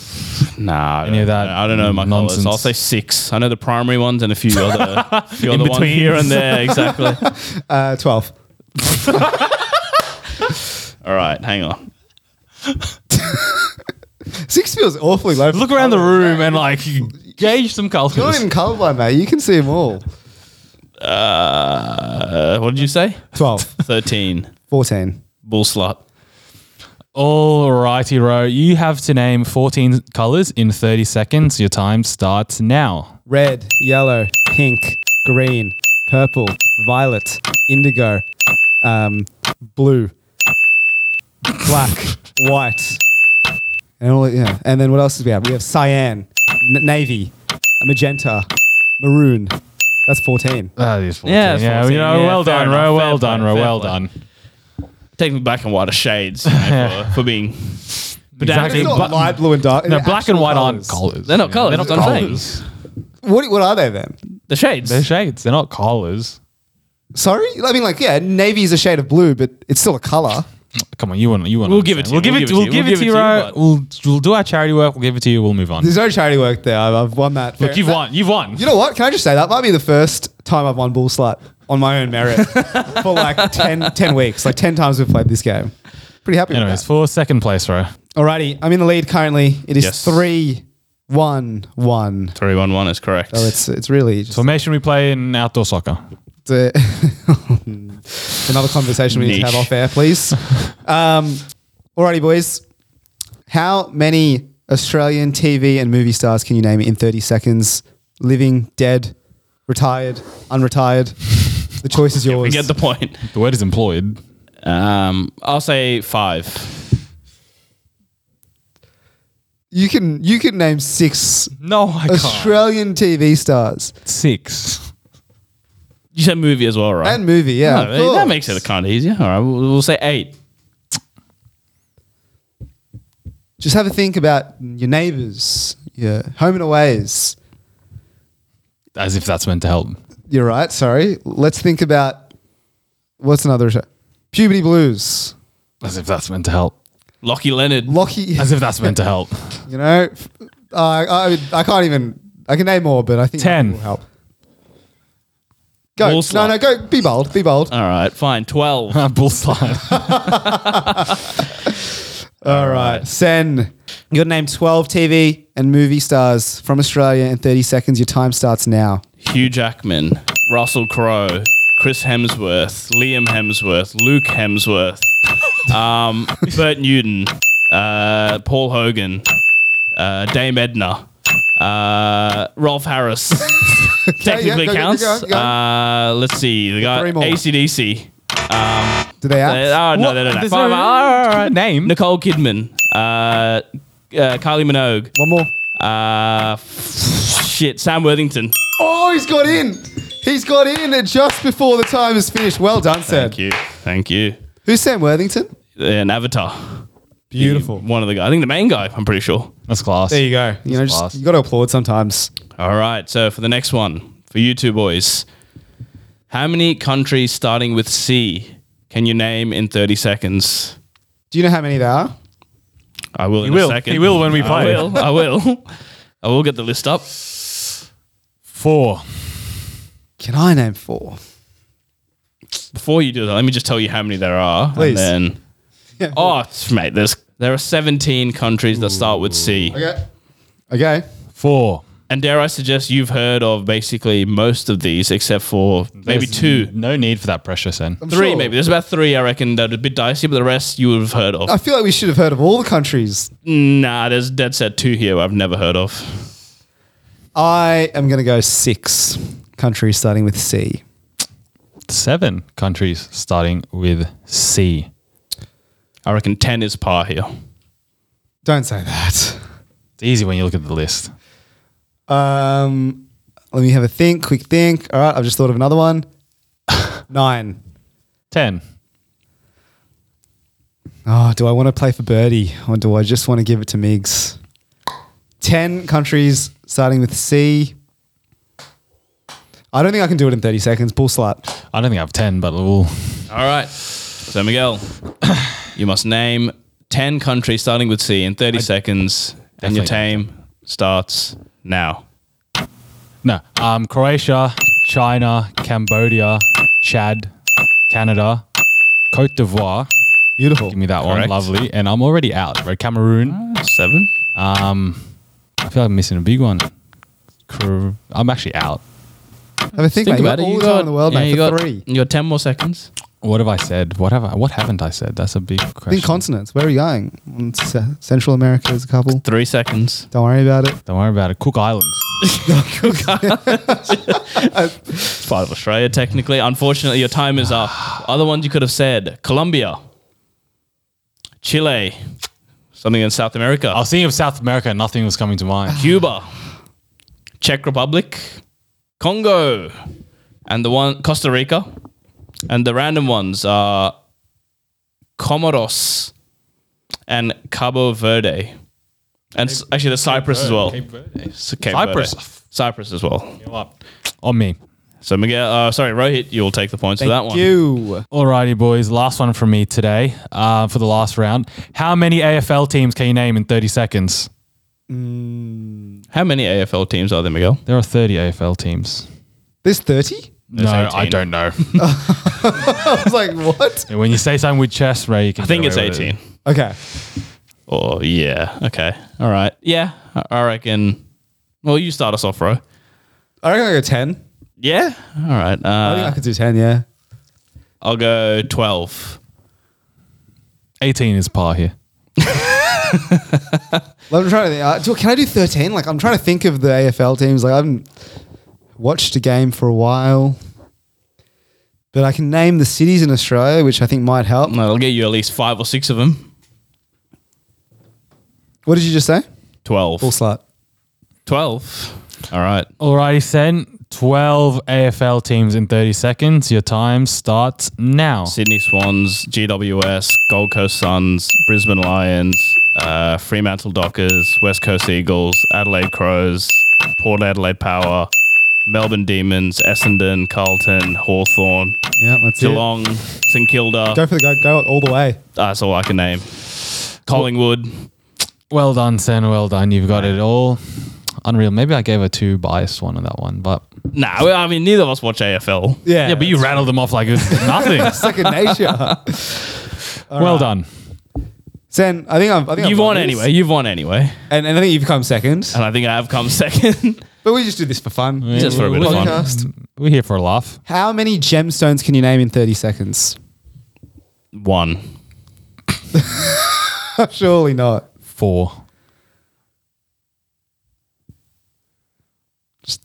Speaker 2: Nah,
Speaker 1: Any of that
Speaker 2: I don't know my
Speaker 1: nonsense.
Speaker 2: colours. I'll say six. I know the primary ones and a few other, few
Speaker 1: In
Speaker 2: other ones
Speaker 1: between.
Speaker 2: here and there. Exactly.
Speaker 3: Uh, Twelve.
Speaker 2: All right, hang on.
Speaker 3: Six feels awfully low.
Speaker 1: Look around the room and like gauge some
Speaker 3: You're not
Speaker 1: colors.
Speaker 3: even colorblind, mate. You can see them all.
Speaker 2: Uh, what did you say?
Speaker 3: 12,
Speaker 2: Thirteen.
Speaker 3: 14.
Speaker 2: Bull slut.
Speaker 1: Alrighty, Ro, you have to name 14 colors in 30 seconds. Your time starts now.
Speaker 3: Red, yellow, pink, green, purple, violet, indigo, um, blue, black, white, and all. Yeah, and then what else do we have? We have cyan, n- navy, magenta, maroon. That's fourteen.
Speaker 1: That Ah, is 14.
Speaker 2: Yeah, it's 14.
Speaker 1: you know,
Speaker 2: Yeah,
Speaker 1: well
Speaker 2: fair
Speaker 1: done,
Speaker 2: enough.
Speaker 1: Ro.
Speaker 2: Fair
Speaker 1: Well
Speaker 2: play,
Speaker 1: done, Ro.
Speaker 2: fair
Speaker 1: Well
Speaker 2: play.
Speaker 1: done.
Speaker 2: Take me black and white are shades you know, for, for being.
Speaker 1: Exactly.
Speaker 3: It's not
Speaker 1: But-
Speaker 3: light blue and dark.
Speaker 1: No,
Speaker 3: they're
Speaker 1: black and
Speaker 3: actual
Speaker 1: white aren't
Speaker 3: colours.
Speaker 1: colors.
Speaker 2: They're not colours.
Speaker 1: They're
Speaker 2: that's
Speaker 1: not
Speaker 2: what I'm
Speaker 1: colors.
Speaker 2: saying.
Speaker 3: What, what are they then?
Speaker 2: The shades.
Speaker 1: They're shades. They're not colors.
Speaker 3: Sorry, I mean, like, yeah, navy is a shade of blue, but it's still a color.
Speaker 1: Come on, you want you want.
Speaker 2: We'll give it to
Speaker 1: We'll
Speaker 2: you,
Speaker 1: give it. We'll give it to you. Ro.
Speaker 2: but-
Speaker 1: We'll we'll do our charity work. We'll give it to you. We'll move on.
Speaker 3: There's no charity work there. I've, I've won that.
Speaker 1: Look, you've
Speaker 3: That-
Speaker 1: won. You've won.
Speaker 3: You know what? Can I just say that might be the first time I've won bull slut on my own merit for like 10, 10 weeks, like 10 times we've played this game. Pretty happy
Speaker 1: Anyways,
Speaker 3: with
Speaker 1: for second place, Ro.
Speaker 3: that. Alrighty, I'm in the lead currently. It is
Speaker 2: Yes.
Speaker 3: three, one, one. Oh,
Speaker 2: Three one one is correct.
Speaker 1: Oh,
Speaker 3: So it's it's really just
Speaker 1: Formation we play in outdoor soccer.
Speaker 3: uh, It's another conversation we need to have
Speaker 2: Niche.
Speaker 3: off air, please. Um, alrighty, boys. How many Australian TV and movie stars can you name in 30 seconds? Living, dead, retired, unretired. The choice is
Speaker 2: We
Speaker 3: yours.
Speaker 2: get the point.
Speaker 1: The word is employed.
Speaker 2: Um, I'll say five.
Speaker 3: you can you can name six
Speaker 1: No, I
Speaker 3: Australian TV stars
Speaker 1: Six.
Speaker 2: You said movie as well, right?
Speaker 3: and movie. Yeah,
Speaker 2: No,
Speaker 3: of course.
Speaker 2: that makes it kind of easier. All right, we'll, we'll say eight.
Speaker 3: Just have a think about your neighbours, your home and aways.
Speaker 1: As if that's meant to help.
Speaker 3: You're right. Sorry. Let's think about what's another show. Puberty Blues.
Speaker 1: As if that's meant to help.
Speaker 2: Lockie Leonard.
Speaker 3: Lockie.
Speaker 1: As if that's meant to help.
Speaker 3: You know, f- uh, I I can't even. I can name more, but I think
Speaker 1: Ten.
Speaker 3: that will help. Go.
Speaker 2: Wolf
Speaker 3: no,
Speaker 2: Lot.
Speaker 3: no. Go. Be bold. Be bold.
Speaker 2: All right, fine. Twelve.
Speaker 1: Bull slide.
Speaker 3: All right. Sen, you got to name 12 TV and movie stars from Australia in 30 seconds. Your time starts now.
Speaker 2: Hugh Jackman, Russell Crowe, Chris Hemsworth, Liam Hemsworth, Luke Hemsworth, um, Bert Newton, uh, Paul Hogan, uh, Dame Edna, uh, Rolf Harris. Technically
Speaker 3: go, go, go,
Speaker 2: counts.
Speaker 3: go, go.
Speaker 2: Uh, let's see. The guy
Speaker 3: Three more.
Speaker 2: ACDC. Um,
Speaker 3: Do they
Speaker 2: uh,
Speaker 3: act?
Speaker 2: oh, no,
Speaker 1: What?
Speaker 2: no, no, no.
Speaker 1: There's
Speaker 2: Five,
Speaker 1: no-
Speaker 2: all right.
Speaker 1: name.
Speaker 2: Nicole Kidman. Uh, uh, Kylie Minogue.
Speaker 3: One more.
Speaker 2: Uh, shit. Sam Worthington.
Speaker 3: Oh, he's got in. He's got in and just before the time is finished. Well done, Sen.
Speaker 2: Thank you. Thank you.
Speaker 3: Who's Sam Worthington?
Speaker 2: An avatar. Beautiful. One of the guys. I think the main guy, I'm pretty sure.
Speaker 1: That's class.
Speaker 3: There you go. You know,
Speaker 1: last.
Speaker 3: just, you got to applaud sometimes.
Speaker 2: All right. So for the next one, for you two boys, how many countries starting with C can you name in 30 seconds?
Speaker 3: Do you know how many there are?
Speaker 2: I will in
Speaker 1: will.
Speaker 2: a second.
Speaker 1: He will when we
Speaker 2: I
Speaker 1: play.
Speaker 2: will. I will. I will get the list up.
Speaker 1: Four.
Speaker 3: Can I name four?
Speaker 2: Before you do that, let me just tell you how many there are.
Speaker 3: Please.
Speaker 2: And then,
Speaker 3: Yeah.
Speaker 2: oh, mate, there's there are 17 countries that start with C.
Speaker 3: Okay. Okay.
Speaker 1: Four.
Speaker 2: And dare I suggest you've heard of basically most of these except for maybe
Speaker 1: There's
Speaker 2: two.
Speaker 1: No need for that pressure, Sen.
Speaker 2: Three,
Speaker 3: sure.
Speaker 2: maybe. There's about three, I reckon, that are a bit dicey, but the rest you would have heard of.
Speaker 3: I feel like we should have heard of all the countries.
Speaker 2: nah, there's dead set two here I've never heard of.
Speaker 3: I am going to go six countries starting with C.
Speaker 1: Seven countries starting with C.
Speaker 2: I reckon 10 is par here.
Speaker 3: Don't say that.
Speaker 1: It's easy when you look at the list.
Speaker 3: Um, let me have a think, quick think. All right, I've just thought of another one. Nine.
Speaker 1: Ten.
Speaker 3: Oh, do I want to play for birdie or do I just want to give it to Migs? Ten countries starting with C. I don't think I can do it in 30 seconds. Bull slut.
Speaker 1: I don't think I have ten, but we'll.
Speaker 2: All right. So, Miguel, you must name 10 countries starting with C in 30 seconds, and your
Speaker 1: Definitely.
Speaker 2: time starts now.
Speaker 1: No. Um, Croatia, China, Cambodia, Chad, Canada, Cote d'Ivoire.
Speaker 3: Beautiful.
Speaker 1: Give me that one.
Speaker 2: Correct.
Speaker 1: Lovely. And I'm already out. Right? Cameroon.
Speaker 2: Seven?
Speaker 1: Um, I feel like I'm missing a big one. Cor- I'm actually out.
Speaker 3: Have a think, mate. you got all the time in the world,
Speaker 2: yeah,
Speaker 3: mate,
Speaker 2: you
Speaker 3: for
Speaker 2: got-
Speaker 3: three.
Speaker 2: You got 10 more seconds.
Speaker 1: What have I said? What have I? What haven't I said? That's a big
Speaker 3: I think
Speaker 1: question.
Speaker 3: continents. Where are you going? Mm, C- Central America is a couple.
Speaker 2: Three seconds.
Speaker 3: Don't worry about it.
Speaker 1: Don't worry about it. Cook Islands.
Speaker 2: It's part of Australia, technically. Unfortunately, your time is up. Other ones you could have said Colombia, Chile, something in South America,
Speaker 1: I was thinking of South America. and Nothing was coming to mind.
Speaker 2: Cuba, Czech Republic, Congo, and the one Costa Rica. And the random ones are Comoros and Cabo Verde. And s actually, there's Cyprus as well. S- Cape
Speaker 1: Cyprus.
Speaker 2: Verde. Cyprus as well.
Speaker 1: On me.
Speaker 2: So, Miguel, uh, sorry, Rohit, you'll take the points for that one.
Speaker 3: You.
Speaker 1: Alrighty, boys. Last one from me today uh, for the last round. How many AFL teams can you name in 30 seconds?
Speaker 2: How many AFL teams are there, Miguel?
Speaker 1: There are 30 AFL teams.
Speaker 3: There's 30?
Speaker 1: No, I
Speaker 2: 18.
Speaker 1: don't know.
Speaker 3: I was like, what?
Speaker 1: when you say something with chess, Ray, you can
Speaker 2: I think
Speaker 1: get
Speaker 2: it's
Speaker 1: away with it.
Speaker 2: 18.
Speaker 3: Okay.
Speaker 2: Oh, yeah. Okay. All right. Yeah. I- I reckon. Well, you start us off, bro.
Speaker 3: I reckon I go 10.
Speaker 2: Yeah. All right.
Speaker 3: I think I
Speaker 2: Uh,
Speaker 3: could do 10, yeah.
Speaker 2: I'll go 12.
Speaker 1: 18 is par here.
Speaker 3: Well, I'm trying to think. Uh, do- can I do 13? Like, I'm trying to think of the AFL teams. Like, I haven't watched a game for a while, but I can name the cities in Australia, which I think might help.
Speaker 2: No, I'll get you at least five or six of them.
Speaker 3: What did you just say?
Speaker 2: 12.
Speaker 3: Full slot.
Speaker 2: 12. All right.
Speaker 1: Alrighty, Sen. 12 AFL teams in 30 seconds. Your time starts now.
Speaker 2: Sydney Swans, GWS, Gold Coast Suns, Brisbane Lions, uh, Fremantle Dockers, West Coast Eagles, Adelaide Crows, Port Adelaide Power, Melbourne Demons, Essendon, Carlton, Hawthorn,
Speaker 3: Yeah, that's it.
Speaker 2: Geelong, St Kilda.
Speaker 3: Go for the go, go all the way.
Speaker 2: That's all I can name. Collingwood.
Speaker 1: Well done, Sen. Well done. You've got it all. Unreal. Maybe I gave a too biased one on that one, but
Speaker 2: Nah, well, I mean, neither of us watch AFL.
Speaker 1: yeah, but you rattled them off like it's nothing.
Speaker 3: Second nature.
Speaker 1: well done.
Speaker 3: Sen, I think I've, I think
Speaker 2: You've
Speaker 3: I've
Speaker 2: won
Speaker 3: this.
Speaker 2: anyway. You've won anyway.
Speaker 3: and, and I think you've come second.
Speaker 2: And I think I have come second.
Speaker 3: But we just do this for fun.
Speaker 2: Just for a bit of fun.
Speaker 3: Podcast.
Speaker 1: We're here for a laugh.
Speaker 3: How many gemstones can you name in 30 seconds?
Speaker 2: One.
Speaker 3: Surely not.
Speaker 1: Four.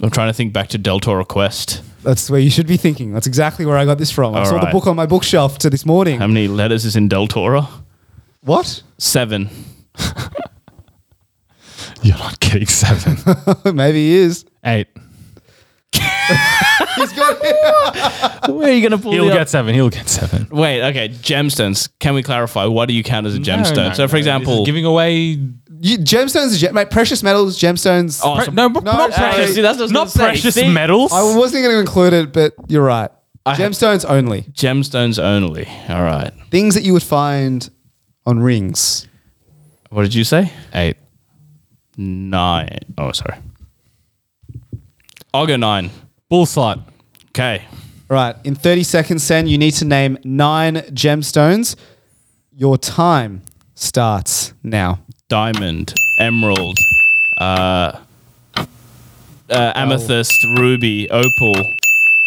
Speaker 2: I'm trying to think back to Del Toro Quest.
Speaker 3: That's where you should be thinking. That's exactly where I got this from. I
Speaker 2: All
Speaker 3: saw the
Speaker 2: right.
Speaker 3: book on my bookshelf to this morning.
Speaker 2: How many letters is in Del Toro?
Speaker 3: what?
Speaker 2: Seven.
Speaker 1: You're not getting seven.
Speaker 3: Maybe he is.
Speaker 1: Eight.
Speaker 3: He's got it.
Speaker 2: Where are you going to pull
Speaker 1: He'll
Speaker 2: the-
Speaker 1: get seven. He'll get seven.
Speaker 2: Wait, okay. Gemstones. Can we clarify? What do you count as a gemstone?
Speaker 1: No, no,
Speaker 2: so,
Speaker 1: no.
Speaker 2: for example,
Speaker 1: This is giving away.
Speaker 3: You, gemstones, are gem, mate, precious metals, gemstones.
Speaker 2: Oh,
Speaker 1: Pre-
Speaker 2: so-
Speaker 1: no, but
Speaker 3: No,
Speaker 1: not
Speaker 3: uh,
Speaker 1: precious,
Speaker 2: see, that's what I was
Speaker 1: not
Speaker 2: gonna say.
Speaker 1: precious
Speaker 2: See?
Speaker 1: metals.
Speaker 3: I wasn't going to include it, but you're right. gemstones only.
Speaker 2: gemstones only. All right.
Speaker 3: Things that you would find on rings.
Speaker 2: What did you say?
Speaker 1: Eight.
Speaker 2: Nine. Oh, sorry. I'll go nine.
Speaker 1: Bull slot.
Speaker 2: Okay.
Speaker 3: Right. In 30 seconds, Sen, you need to name nine gemstones. Your time starts now.
Speaker 2: Diamond, emerald, uh, uh, amethyst, ruby, opal.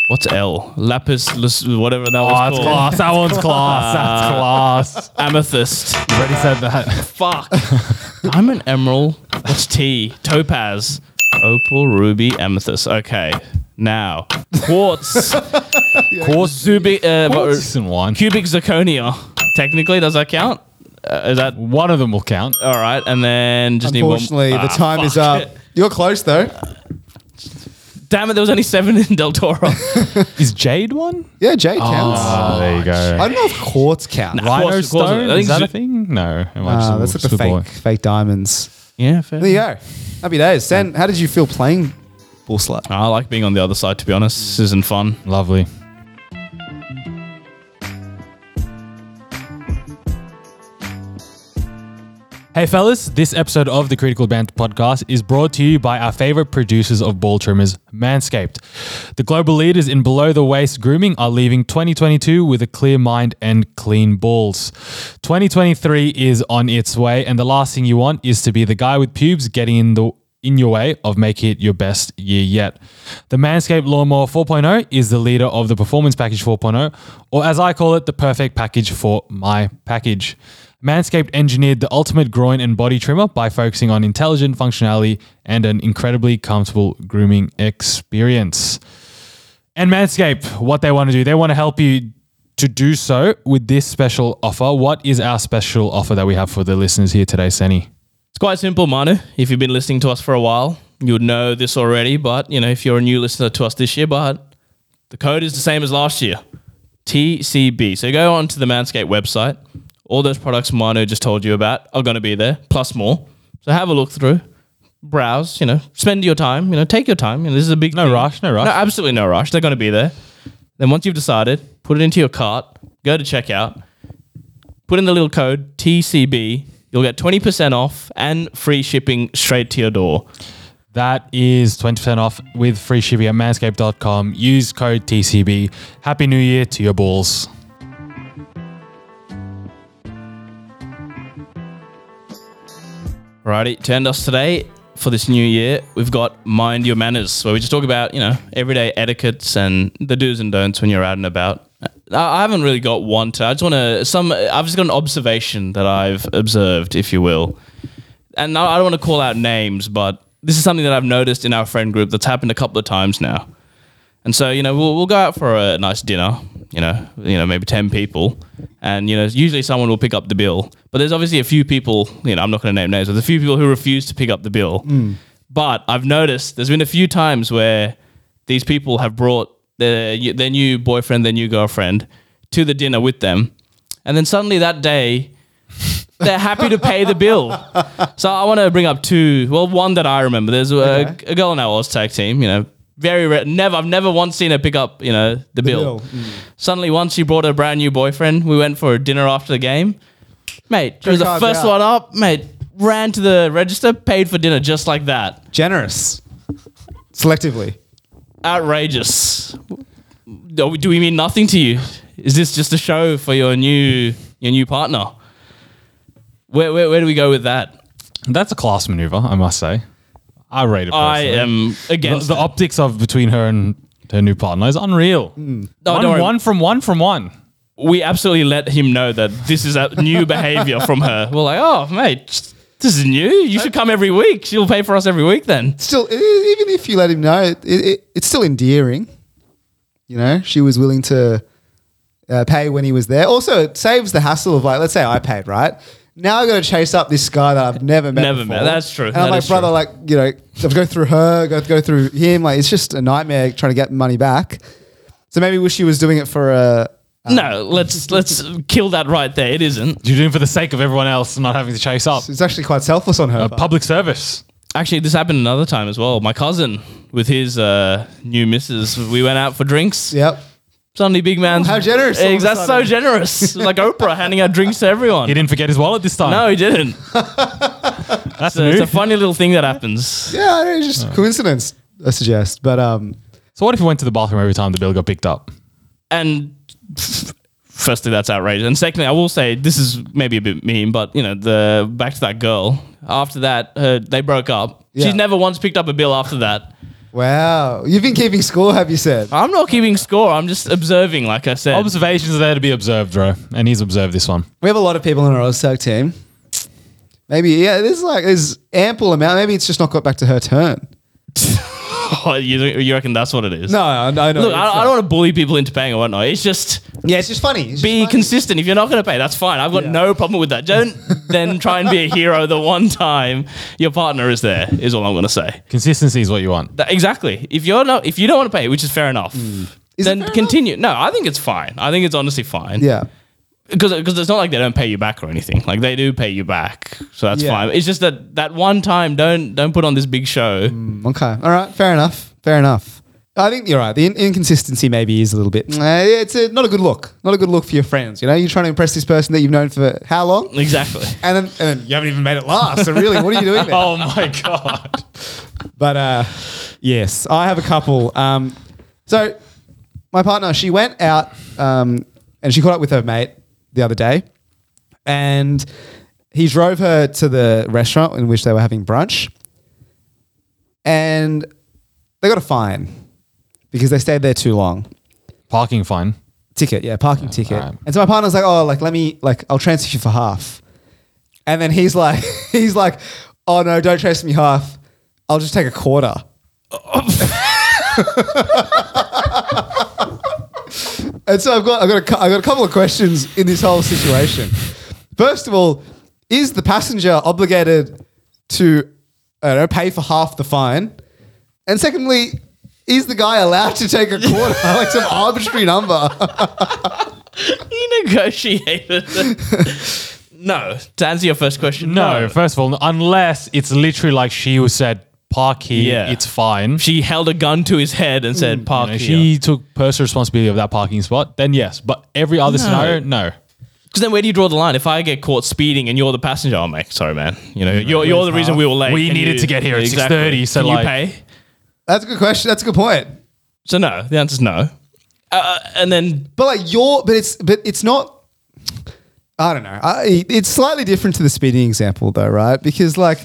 Speaker 2: What's L? Lapis, lis- whatever that
Speaker 1: Oh,
Speaker 2: was
Speaker 1: that's
Speaker 2: called.
Speaker 1: class. That one's class. That's class.
Speaker 2: Amethyst.
Speaker 1: You already said that.
Speaker 2: Fuck. Diamond, emerald. What's T? Topaz, opal, ruby, amethyst. Okay. Now, quartz,
Speaker 1: Quartz
Speaker 2: cubic, uh,
Speaker 1: Quartz and one.
Speaker 2: cubic zirconia. Technically, does that count? Uh, is that
Speaker 1: One of them will count.
Speaker 2: all right? And then just need one.
Speaker 3: Unfortunately,
Speaker 2: Ah,
Speaker 3: the time is
Speaker 2: fuck.
Speaker 3: up. You're close though.
Speaker 2: Damn it! There was only seven in Del Toro.
Speaker 1: Is Jade one?
Speaker 3: Yeah, Jade counts.
Speaker 1: Oh, there you
Speaker 3: I
Speaker 1: go.
Speaker 3: don't know if quartz counts.
Speaker 2: Ah. Nah.
Speaker 1: Rhino
Speaker 2: Quartz- quartz-
Speaker 1: stone?
Speaker 2: I think
Speaker 1: Is that a
Speaker 2: it's-
Speaker 1: thing? No. It might just-
Speaker 3: Ah, that's like
Speaker 1: just
Speaker 3: the fake
Speaker 1: boy.
Speaker 3: fake diamonds.
Speaker 2: yeah, fair.
Speaker 3: There you go. Happy days, Sen. How did you feel playing Bull Slut?
Speaker 2: I like being on the other side. To be honest, this isn't fun.
Speaker 1: Lovely. Hey fellas, this episode of the Critical Band podcast is brought to you by our favorite producers of ball trimmers, Manscaped. The global leaders in below the waist grooming are leaving 2022 with a clear mind and clean balls. 2023 is on its way, and the last thing you want is to be the guy with pubes getting in the in your way of making it your best year yet. The Manscaped Lawnmower 4.0 is the leader of the Performance Package 4.0, or as I call it, the perfect package for my package. Manscaped engineered the ultimate groin and body trimmer by focusing on intelligent functionality and an incredibly comfortable grooming experience. And Manscaped, what they want to do, they want to help you to do so with this special offer. What is our special offer that we have for the listeners here today, Senny?
Speaker 2: It's quite simple, Manu. If you've been listening to us for a while, you would know this already. But you know, if you're a new listener to us this year, but the code is the same as last year, TCB. So go on to the Manscaped website. All those products Manu just told you about are going to be there, plus more. So have a look through, browse. You know, spend your time. You know, take your time. You know, this is a big
Speaker 1: No
Speaker 2: thing.
Speaker 1: rush, no rush.
Speaker 2: No, absolutely no rush. They're going to be there. Then once you've decided, put it into your cart, go to checkout, put in the little code TCB. You'll get 20% off and free shipping straight to your door.
Speaker 1: That is 20% off with free shipping at manscaped.com. Use code TCB. Happy New Year to your balls.
Speaker 2: Alrighty, to end us today for this new year, we've got Mind Your Manners, where we just talk about, you know, everyday etiquettes and the do's and don'ts when you're out and about. I I haven't really got one to. I just want to some. I've just got an observation that I've observed, if you will, and I I don't want to call out names, but this is something that I've noticed in our friend group that's happened a couple of times now. And so you know, we'll we'll go out for a nice dinner. You know, you know, maybe ten people, and you know, usually someone will pick up the bill. But there's obviously a few people. You know, I'm not going to name names, but there's a few people who refuse to pick up the bill. But I've noticed there's been a few times where these people have brought their their new boyfriend, their new girlfriend, to the dinner with them, and then suddenly that day. They're happy to pay the bill, so I want to bring up two. Well, one that I remember. There's a,
Speaker 3: Okay.
Speaker 2: a girl in our Oz tag team. You know, very rare. Never, I've never once seen her pick up. You know, the, bill.
Speaker 3: bill,
Speaker 2: Suddenly, once she brought her brand new boyfriend, we went for a dinner after the game. Mate, she was the
Speaker 3: cards
Speaker 2: first
Speaker 3: out.
Speaker 2: one up. Mate, ran to the register, paid for dinner just like that.
Speaker 3: Generous. Selectively.
Speaker 2: outrageous. Do we- do we mean nothing to you? Is this just a show for your new your new partner? Where where, where do we go with that?
Speaker 1: That's a class maneuver, I must say. I rate it.
Speaker 2: I
Speaker 1: personally.
Speaker 2: am
Speaker 1: the,
Speaker 2: against.
Speaker 1: the optics of between her and her new partner is unreal.
Speaker 2: Mm. No,
Speaker 1: one,
Speaker 2: don't worry.
Speaker 1: one from one from one.
Speaker 2: we absolutely let him know that this is a new behavior from her. We're like, oh mate, this is new. You should come every week. She'll pay for us every week then.
Speaker 3: Still, e- even if you let him know, it, it, it's still endearing. You know, she was willing to uh, pay when he was there. Also, it saves the hassle of like, let's say I paid, right? Now I've got to chase up this guy that I've never met.
Speaker 2: Never met.
Speaker 3: before.
Speaker 2: That's true.
Speaker 3: And
Speaker 2: That
Speaker 3: I'm like,
Speaker 2: is true.
Speaker 3: brother, like, you know, I've go through her, go, go through him. Like, it's just a nightmare trying to get money back. So maybe wish she was doing it for a.
Speaker 2: No, let's let's kill that right there. It isn't.
Speaker 1: You're doing it for the sake of everyone else, not having to chase up.
Speaker 3: It's actually quite selfless on her.
Speaker 1: A
Speaker 3: part.
Speaker 1: public service.
Speaker 2: Actually, this happened another time as well. My cousin with his uh, new missus, we went out for drinks.
Speaker 3: yep.
Speaker 2: Suddenly, big man.
Speaker 3: Oh, How generous all of a
Speaker 2: that's so
Speaker 3: sudden.
Speaker 2: generous. like Oprah handing out drinks to everyone.
Speaker 1: He didn't forget his wallet this time.
Speaker 2: No, he didn't.
Speaker 1: that's
Speaker 2: So it's
Speaker 1: new.
Speaker 2: a funny little thing that happens.
Speaker 3: Yeah, I don't know, it's just coincidence, I suggest. But um,
Speaker 1: so what if he went to the bathroom every time the bill got picked up?
Speaker 2: And firstly, that's outrageous. And secondly, I will say this is maybe a bit mean, but you know, the back to that girl. After that, uh, they broke up.
Speaker 3: Yeah.
Speaker 2: She's never once picked up a bill after that.
Speaker 3: wow. You've been keeping score, have you said?
Speaker 2: I'm not keeping score. I'm just observing, like I said.
Speaker 1: Observations are there to be observed, bro. And he's observed this one.
Speaker 3: We have a lot of people in our OzTag team. Maybe yeah, there's like there's ample amount. Maybe it's just not got back to her turn.
Speaker 2: you, you reckon that's what it is?
Speaker 3: No, I know.
Speaker 2: Look, I, I don't want to bully people into paying or whatnot. It's just
Speaker 3: Yeah, it's just funny. It's
Speaker 2: be
Speaker 3: just funny.
Speaker 2: consistent. If you're not going to pay, that's fine. I've got
Speaker 3: Yeah.
Speaker 2: no problem with that. Don't then try and be a hero the one time your partner is there. Is all I'm going to say.
Speaker 1: Consistency is what you want.
Speaker 2: That- exactly. If you're not, if you don't want to pay, which is fair enough,
Speaker 1: Mm.
Speaker 3: Is it
Speaker 2: then
Speaker 3: fair
Speaker 2: continue. No, I think it's fine. I think it's honestly fine.
Speaker 3: yeah,
Speaker 2: Because because it's not like they don't pay you back or anything. Like they do pay you back, so that's
Speaker 3: Yeah.
Speaker 2: fine. It's just that that one time, don't don't put on this big show.
Speaker 3: Mm, okay, all right, fair enough, fair enough. I think you're right. The in- inconsistency maybe is a little bit. Uh, it's a, not a good look. Not a good look for your friends. You know, you're trying to impress this person that you've known for how long,
Speaker 2: Exactly.
Speaker 3: and then, and then you haven't even made it last. So really, what are you doing there?
Speaker 1: Oh my god.
Speaker 3: But uh, yes, I have a couple. Um, so my partner, she went out um, and she caught up with her mate the other day, and he drove her to the restaurant in which they were having brunch, and they got a fine because they stayed there too long.
Speaker 1: Parking fine.
Speaker 3: Ticket, yeah, parking ticket.
Speaker 1: alright.
Speaker 3: And so my partner's like, "Oh, like let me like I'll transfer you for half," and then he's like, he's like, "Oh no, don't transfer me half. I'll just take a quarter." And so I've got I've got a, cou- I've got a couple of questions in this whole situation. First of all, is the passenger obligated to I don't know, pay for half the fine? And secondly, is the guy allowed to take a quarter, like some arbitrary number?
Speaker 2: He negotiated. no. To answer your first question,
Speaker 1: No, first of all, unless it's literally like she was said, park here,
Speaker 2: Yeah.
Speaker 1: it's fine.
Speaker 2: she held a gun to his head and said, "Park
Speaker 1: If
Speaker 2: here."
Speaker 1: Mm. she took personal responsibility of that parking spot, then yes. But every other scenario, no.
Speaker 2: Because then, where do you draw the line? If I get caught speeding and you're the passenger, I'm like, "Sorry, man. You know, you're, you're the reason we were late.
Speaker 1: We
Speaker 2: Can
Speaker 1: needed
Speaker 2: you-
Speaker 1: to get here at
Speaker 2: Exactly.
Speaker 1: 6:30, so
Speaker 2: Can
Speaker 1: like-
Speaker 2: you pay?"
Speaker 3: That's a good question. That's a good point.
Speaker 2: So no, the answer's no. Uh, and then
Speaker 3: But like your, but it's but it's not. I don't know. I, it's slightly different to the speeding example, though, right? Because like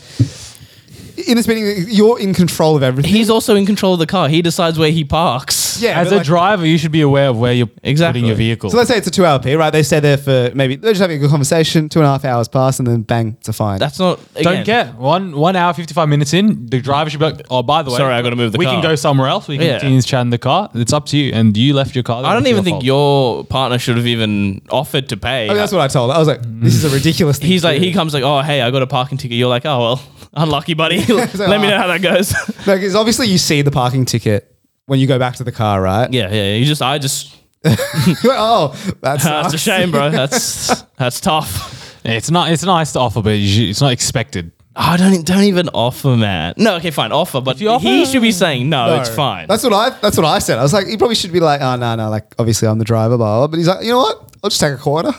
Speaker 3: in a speeding, you're in control of everything.
Speaker 2: he's also in control of the car. He decides where he parks. Yes.
Speaker 3: Yeah,
Speaker 1: As
Speaker 3: but
Speaker 1: a
Speaker 3: like-
Speaker 1: driver, you should be aware of where you're
Speaker 2: Exactly.
Speaker 1: putting your vehicle.
Speaker 3: So let's say it's a two hour P, right? They stay there for maybe they're just having a good conversation, two and a half hours pass, and then bang, it's a fine.
Speaker 2: That's not.
Speaker 1: Don't
Speaker 2: again,
Speaker 1: care. One one hour fifty five minutes in, the driver should be like, "Oh, by the way,
Speaker 2: Sorry, I gotta move the
Speaker 1: We
Speaker 2: car."
Speaker 1: can go somewhere else. We can
Speaker 2: Yeah.
Speaker 1: continue chatting the car. It's up to you. And you left your car. there.
Speaker 2: I don't
Speaker 1: It's
Speaker 2: even
Speaker 1: your
Speaker 2: think
Speaker 1: fault.
Speaker 2: your partner should have even offered to pay.
Speaker 3: I mean, Oh, that's what I told. her. I was like, this is a ridiculous thing.
Speaker 2: Mm. He's
Speaker 3: to
Speaker 2: like,
Speaker 3: do.
Speaker 2: he comes like, oh, hey, I got a parking ticket. You're like, oh, well, unlucky, buddy. Let
Speaker 3: like,
Speaker 2: me
Speaker 3: "Ah."
Speaker 2: know how that goes.
Speaker 3: No, because obviously you see the parking ticket when you go back to the car, right?
Speaker 2: yeah, yeah. You just, I just,
Speaker 3: You're like, oh, that's,
Speaker 2: that's a shame, bro. That's that's tough.
Speaker 1: it's not. It's nice to offer, but you should- it's not expected.
Speaker 2: I don't e, don't even offer, man. No, okay, fine, offer, but
Speaker 1: you offer-
Speaker 2: he should be saying no,
Speaker 3: No.
Speaker 2: it's fine.
Speaker 3: That's what I. That's what I said. I was like, you probably should be like, oh no, no, like obviously I'm the driver, blah, blah. blah. But he's like, you know what? I'll just take a quarter.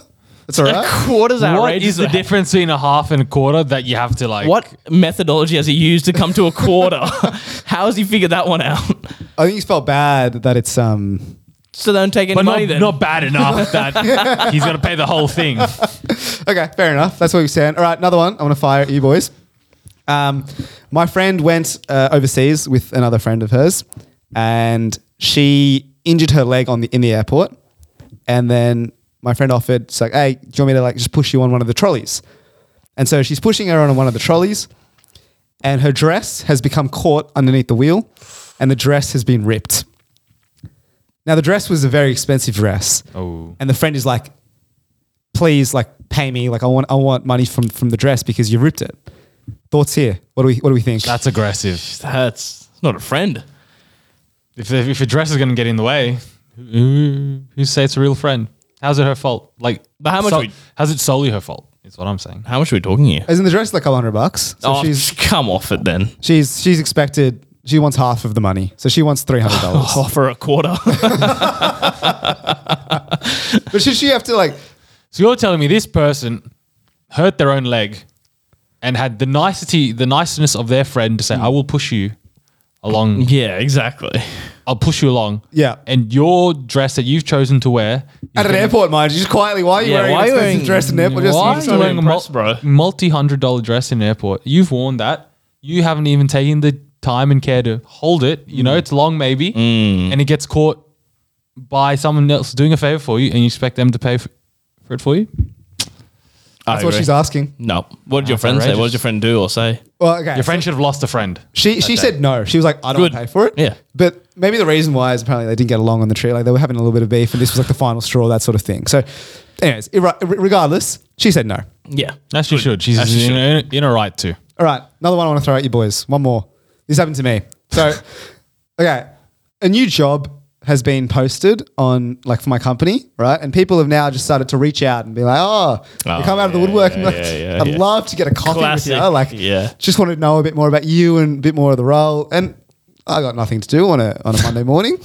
Speaker 3: That's all right.
Speaker 2: quarters
Speaker 1: What
Speaker 2: outrageous.
Speaker 1: is the difference between a half and a quarter that you have to like?
Speaker 2: What methodology has he used to come to a quarter? How has he figured that one out?
Speaker 3: I think he's felt bad that it's um.
Speaker 2: So don't take any
Speaker 1: But
Speaker 2: money
Speaker 1: not,
Speaker 2: then.
Speaker 1: not bad enough that he's gonna pay the whole thing.
Speaker 3: Okay, fair enough. That's what we're saying. All right, another one. I want to fire at you boys. Um, my friend went uh, overseas with another friend of hers, and she injured her leg on the in the airport. And then my friend offered, it's like, hey, do you want me to like just push you on one of the trolleys? And so she's pushing her on one of the trolleys, and her dress has become caught underneath the wheel, and the dress has been ripped. Now the dress was a very expensive dress,
Speaker 1: Oh.
Speaker 3: and the friend is like, please like pay me like i want i want money from from the dress because you ripped it thoughts here what do we what do we think
Speaker 1: That's aggressive.
Speaker 2: That's not a friend.
Speaker 1: If if your dress is gonna get in the way, who, who say it's a real friend? How's it her fault? Like,
Speaker 2: But how much
Speaker 1: so-
Speaker 2: we-
Speaker 1: how's it solely her fault? Is what I'm saying.
Speaker 2: How much are we talking here?
Speaker 3: as in the dress like 100 bucks so
Speaker 2: oh,
Speaker 3: she's
Speaker 2: come off it then.
Speaker 3: she's she's expected she wants half of the money so she wants $300
Speaker 2: Offer a quarter.
Speaker 3: but should she have to like
Speaker 1: So you're telling me this person hurt their own leg and had the nicety, the niceness of their friend to say, "I will push you along.
Speaker 2: yeah, exactly.
Speaker 1: I'll push you along."
Speaker 3: Yeah.
Speaker 1: And your dress that you've chosen to wear is
Speaker 3: at an
Speaker 1: gonna-
Speaker 3: airport mind you just quietly why are you
Speaker 2: Yeah,
Speaker 3: wearing
Speaker 2: why
Speaker 3: an
Speaker 2: are you
Speaker 3: expensive
Speaker 2: wearing-
Speaker 3: dress in an airport just
Speaker 1: Why
Speaker 2: I'm
Speaker 1: are
Speaker 2: just
Speaker 1: you
Speaker 2: trying to
Speaker 1: wearing a mul-
Speaker 2: impress, bro.
Speaker 1: multi-hundred dollar dress in an airport? You've worn that. You haven't even taken the time and care to hold it. You know, it's long maybe, and it gets caught by someone else doing a favor for you, and you expect them to pay for, for it for you.
Speaker 3: that's what she's asking
Speaker 2: No. What did your friend say? What did your friend do or say?
Speaker 3: well okay
Speaker 1: Your friend should have lost a friend.
Speaker 3: she she said no she was like i don't
Speaker 2: Good.
Speaker 3: wanna pay for it
Speaker 2: Yeah.
Speaker 3: but maybe the reason why is apparently they didn't get along on the tree like they were having a little bit of beef and this was like the final straw that sort of thing so anyways irre- regardless she said no
Speaker 2: Yeah.
Speaker 1: As she should. She's
Speaker 2: As she
Speaker 1: in, in, in her right to.
Speaker 3: All right, another one I want to throw at you boys. One more. This happened to me. So, okay, a new job has been posted on like for my company, right? And people have now just started to reach out and be like, "Oh,
Speaker 2: Oh,
Speaker 3: you come out of the
Speaker 2: yeah,
Speaker 3: woodwork." and
Speaker 2: yeah,
Speaker 3: like,
Speaker 2: yeah, yeah,
Speaker 3: I'd
Speaker 2: yeah.
Speaker 3: love to get a coffee
Speaker 2: Classic,
Speaker 3: with you. Like,
Speaker 2: yeah.
Speaker 3: just want to know a bit more about you and a bit more of the role. And I got nothing to do on a on a Monday morning.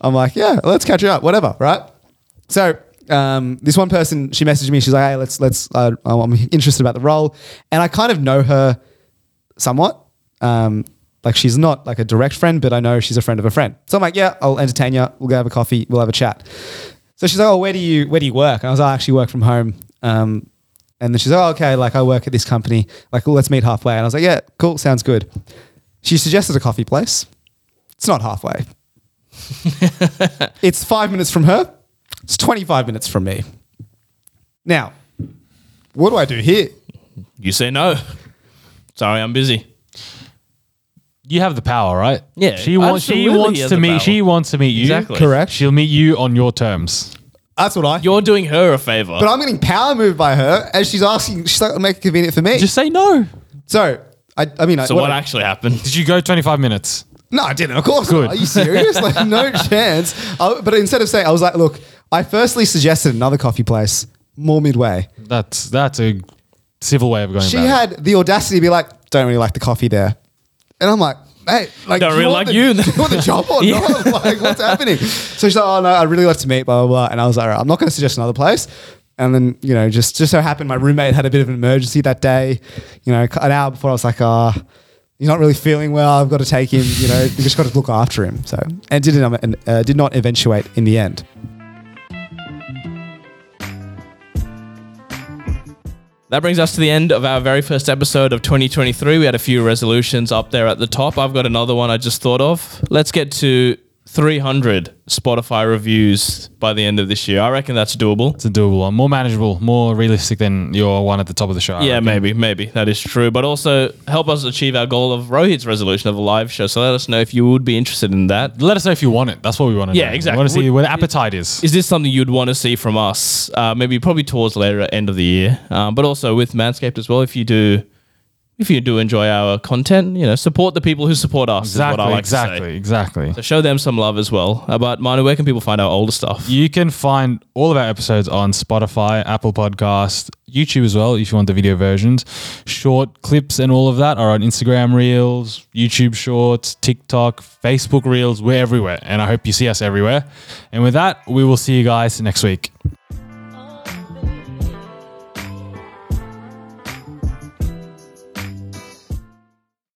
Speaker 3: I'm like, yeah, let's catch up, whatever, right? So um, this one person, she messaged me. She's like, hey, let's let's. Uh, I'm interested about the role, and I kind of know her somewhat. Um, like she's not like a direct friend, but I know she's a friend of a friend. So I'm like, yeah, I'll entertain you. We'll go have a coffee. We'll have a chat. So she's like, oh, where do you where do you work? And I was like, I actually work from home. Um, and then she's like, oh, okay, like I work at this company. Like, well, let's meet halfway. And I was like, yeah, cool, sounds good. She suggested a coffee place. It's not halfway. it's five minutes from her. It's 25 minutes from me. Now, what do I do here?
Speaker 2: You say no. Sorry, I'm busy.
Speaker 1: You have the power, right?
Speaker 2: Yeah,
Speaker 1: She wants. She
Speaker 2: absolutely
Speaker 1: wants
Speaker 2: has
Speaker 1: to
Speaker 2: the
Speaker 1: meet.
Speaker 2: power.
Speaker 1: She wants to meet you.
Speaker 2: Exactly.
Speaker 3: Correct.
Speaker 1: She'll meet you on your terms.
Speaker 3: That's what I.
Speaker 2: You're doing her a favor.
Speaker 3: but I'm getting power moved by her, and she's asking. She's like, make it convenient for me.
Speaker 1: Just say no.
Speaker 3: so, I, I mean, I-
Speaker 2: so what, actually happened?
Speaker 1: Did you go 25 minutes?
Speaker 3: No, I didn't. Of course.
Speaker 1: Good.
Speaker 3: Not. Are you serious? like, no chance. I, but instead of saying, I was like, look, I firstly suggested another coffee place, more midway.
Speaker 1: That's that's a civil way of going.
Speaker 3: She
Speaker 1: about it.
Speaker 3: had the audacity to be like, don't really like the coffee there. And I'm like, hey, like,
Speaker 2: Don't
Speaker 3: do
Speaker 2: really like
Speaker 3: want the-
Speaker 2: you.
Speaker 3: Do you want the job or
Speaker 2: Yeah.
Speaker 3: not? Like, what's happening? So she's like, oh, no, I'd really like to meet, blah, blah, blah. And I was like, all right, I'm not going to suggest another place. And then, you know, just, just so happened my roommate had a bit of an emergency that day. You know, an hour before, I was like, ah, you're not really feeling well. I've got to take him, you know, you just got to look after him. So, and did not, uh, did not eventuate in the end.
Speaker 2: That brings us to the end of our very first episode of 2023. We had a few resolutions up there at the top. I've got another one I just thought of. Let's get to 300 Spotify reviews by the end of this year. I reckon that's doable.
Speaker 1: It's a doable one, more manageable, more realistic than your one at the top of the show. I
Speaker 2: Yeah,
Speaker 1: reckon.
Speaker 2: maybe, maybe that is true. But also help us achieve our goal of Rohit's resolution of a live show. So let us know if you would be interested in that.
Speaker 1: Let us know if you want it. That's what we want to
Speaker 2: Yeah,
Speaker 1: know.
Speaker 2: exactly.
Speaker 1: We want to see
Speaker 2: Would-
Speaker 1: where the appetite is.
Speaker 2: Is this something you'd want to see from us? Uh, maybe probably towards later end of the year, um, but also with Manscaped as well. If you do, if you do enjoy our content, you know, support the people who support us. Is what
Speaker 1: Exactly,
Speaker 2: I like To
Speaker 1: exactly,
Speaker 2: say.
Speaker 1: exactly.
Speaker 2: So show them some love as well. Uh, but Manu, where can people find our older stuff?
Speaker 1: You can find all of our episodes on Spotify, Apple Podcast, YouTube as well, if you want the video versions. Short clips and all of that are on Instagram Reels, YouTube Shorts, TikTok, Facebook Reels. We're everywhere. And I hope you see us everywhere. And with that, we will see you guys next week.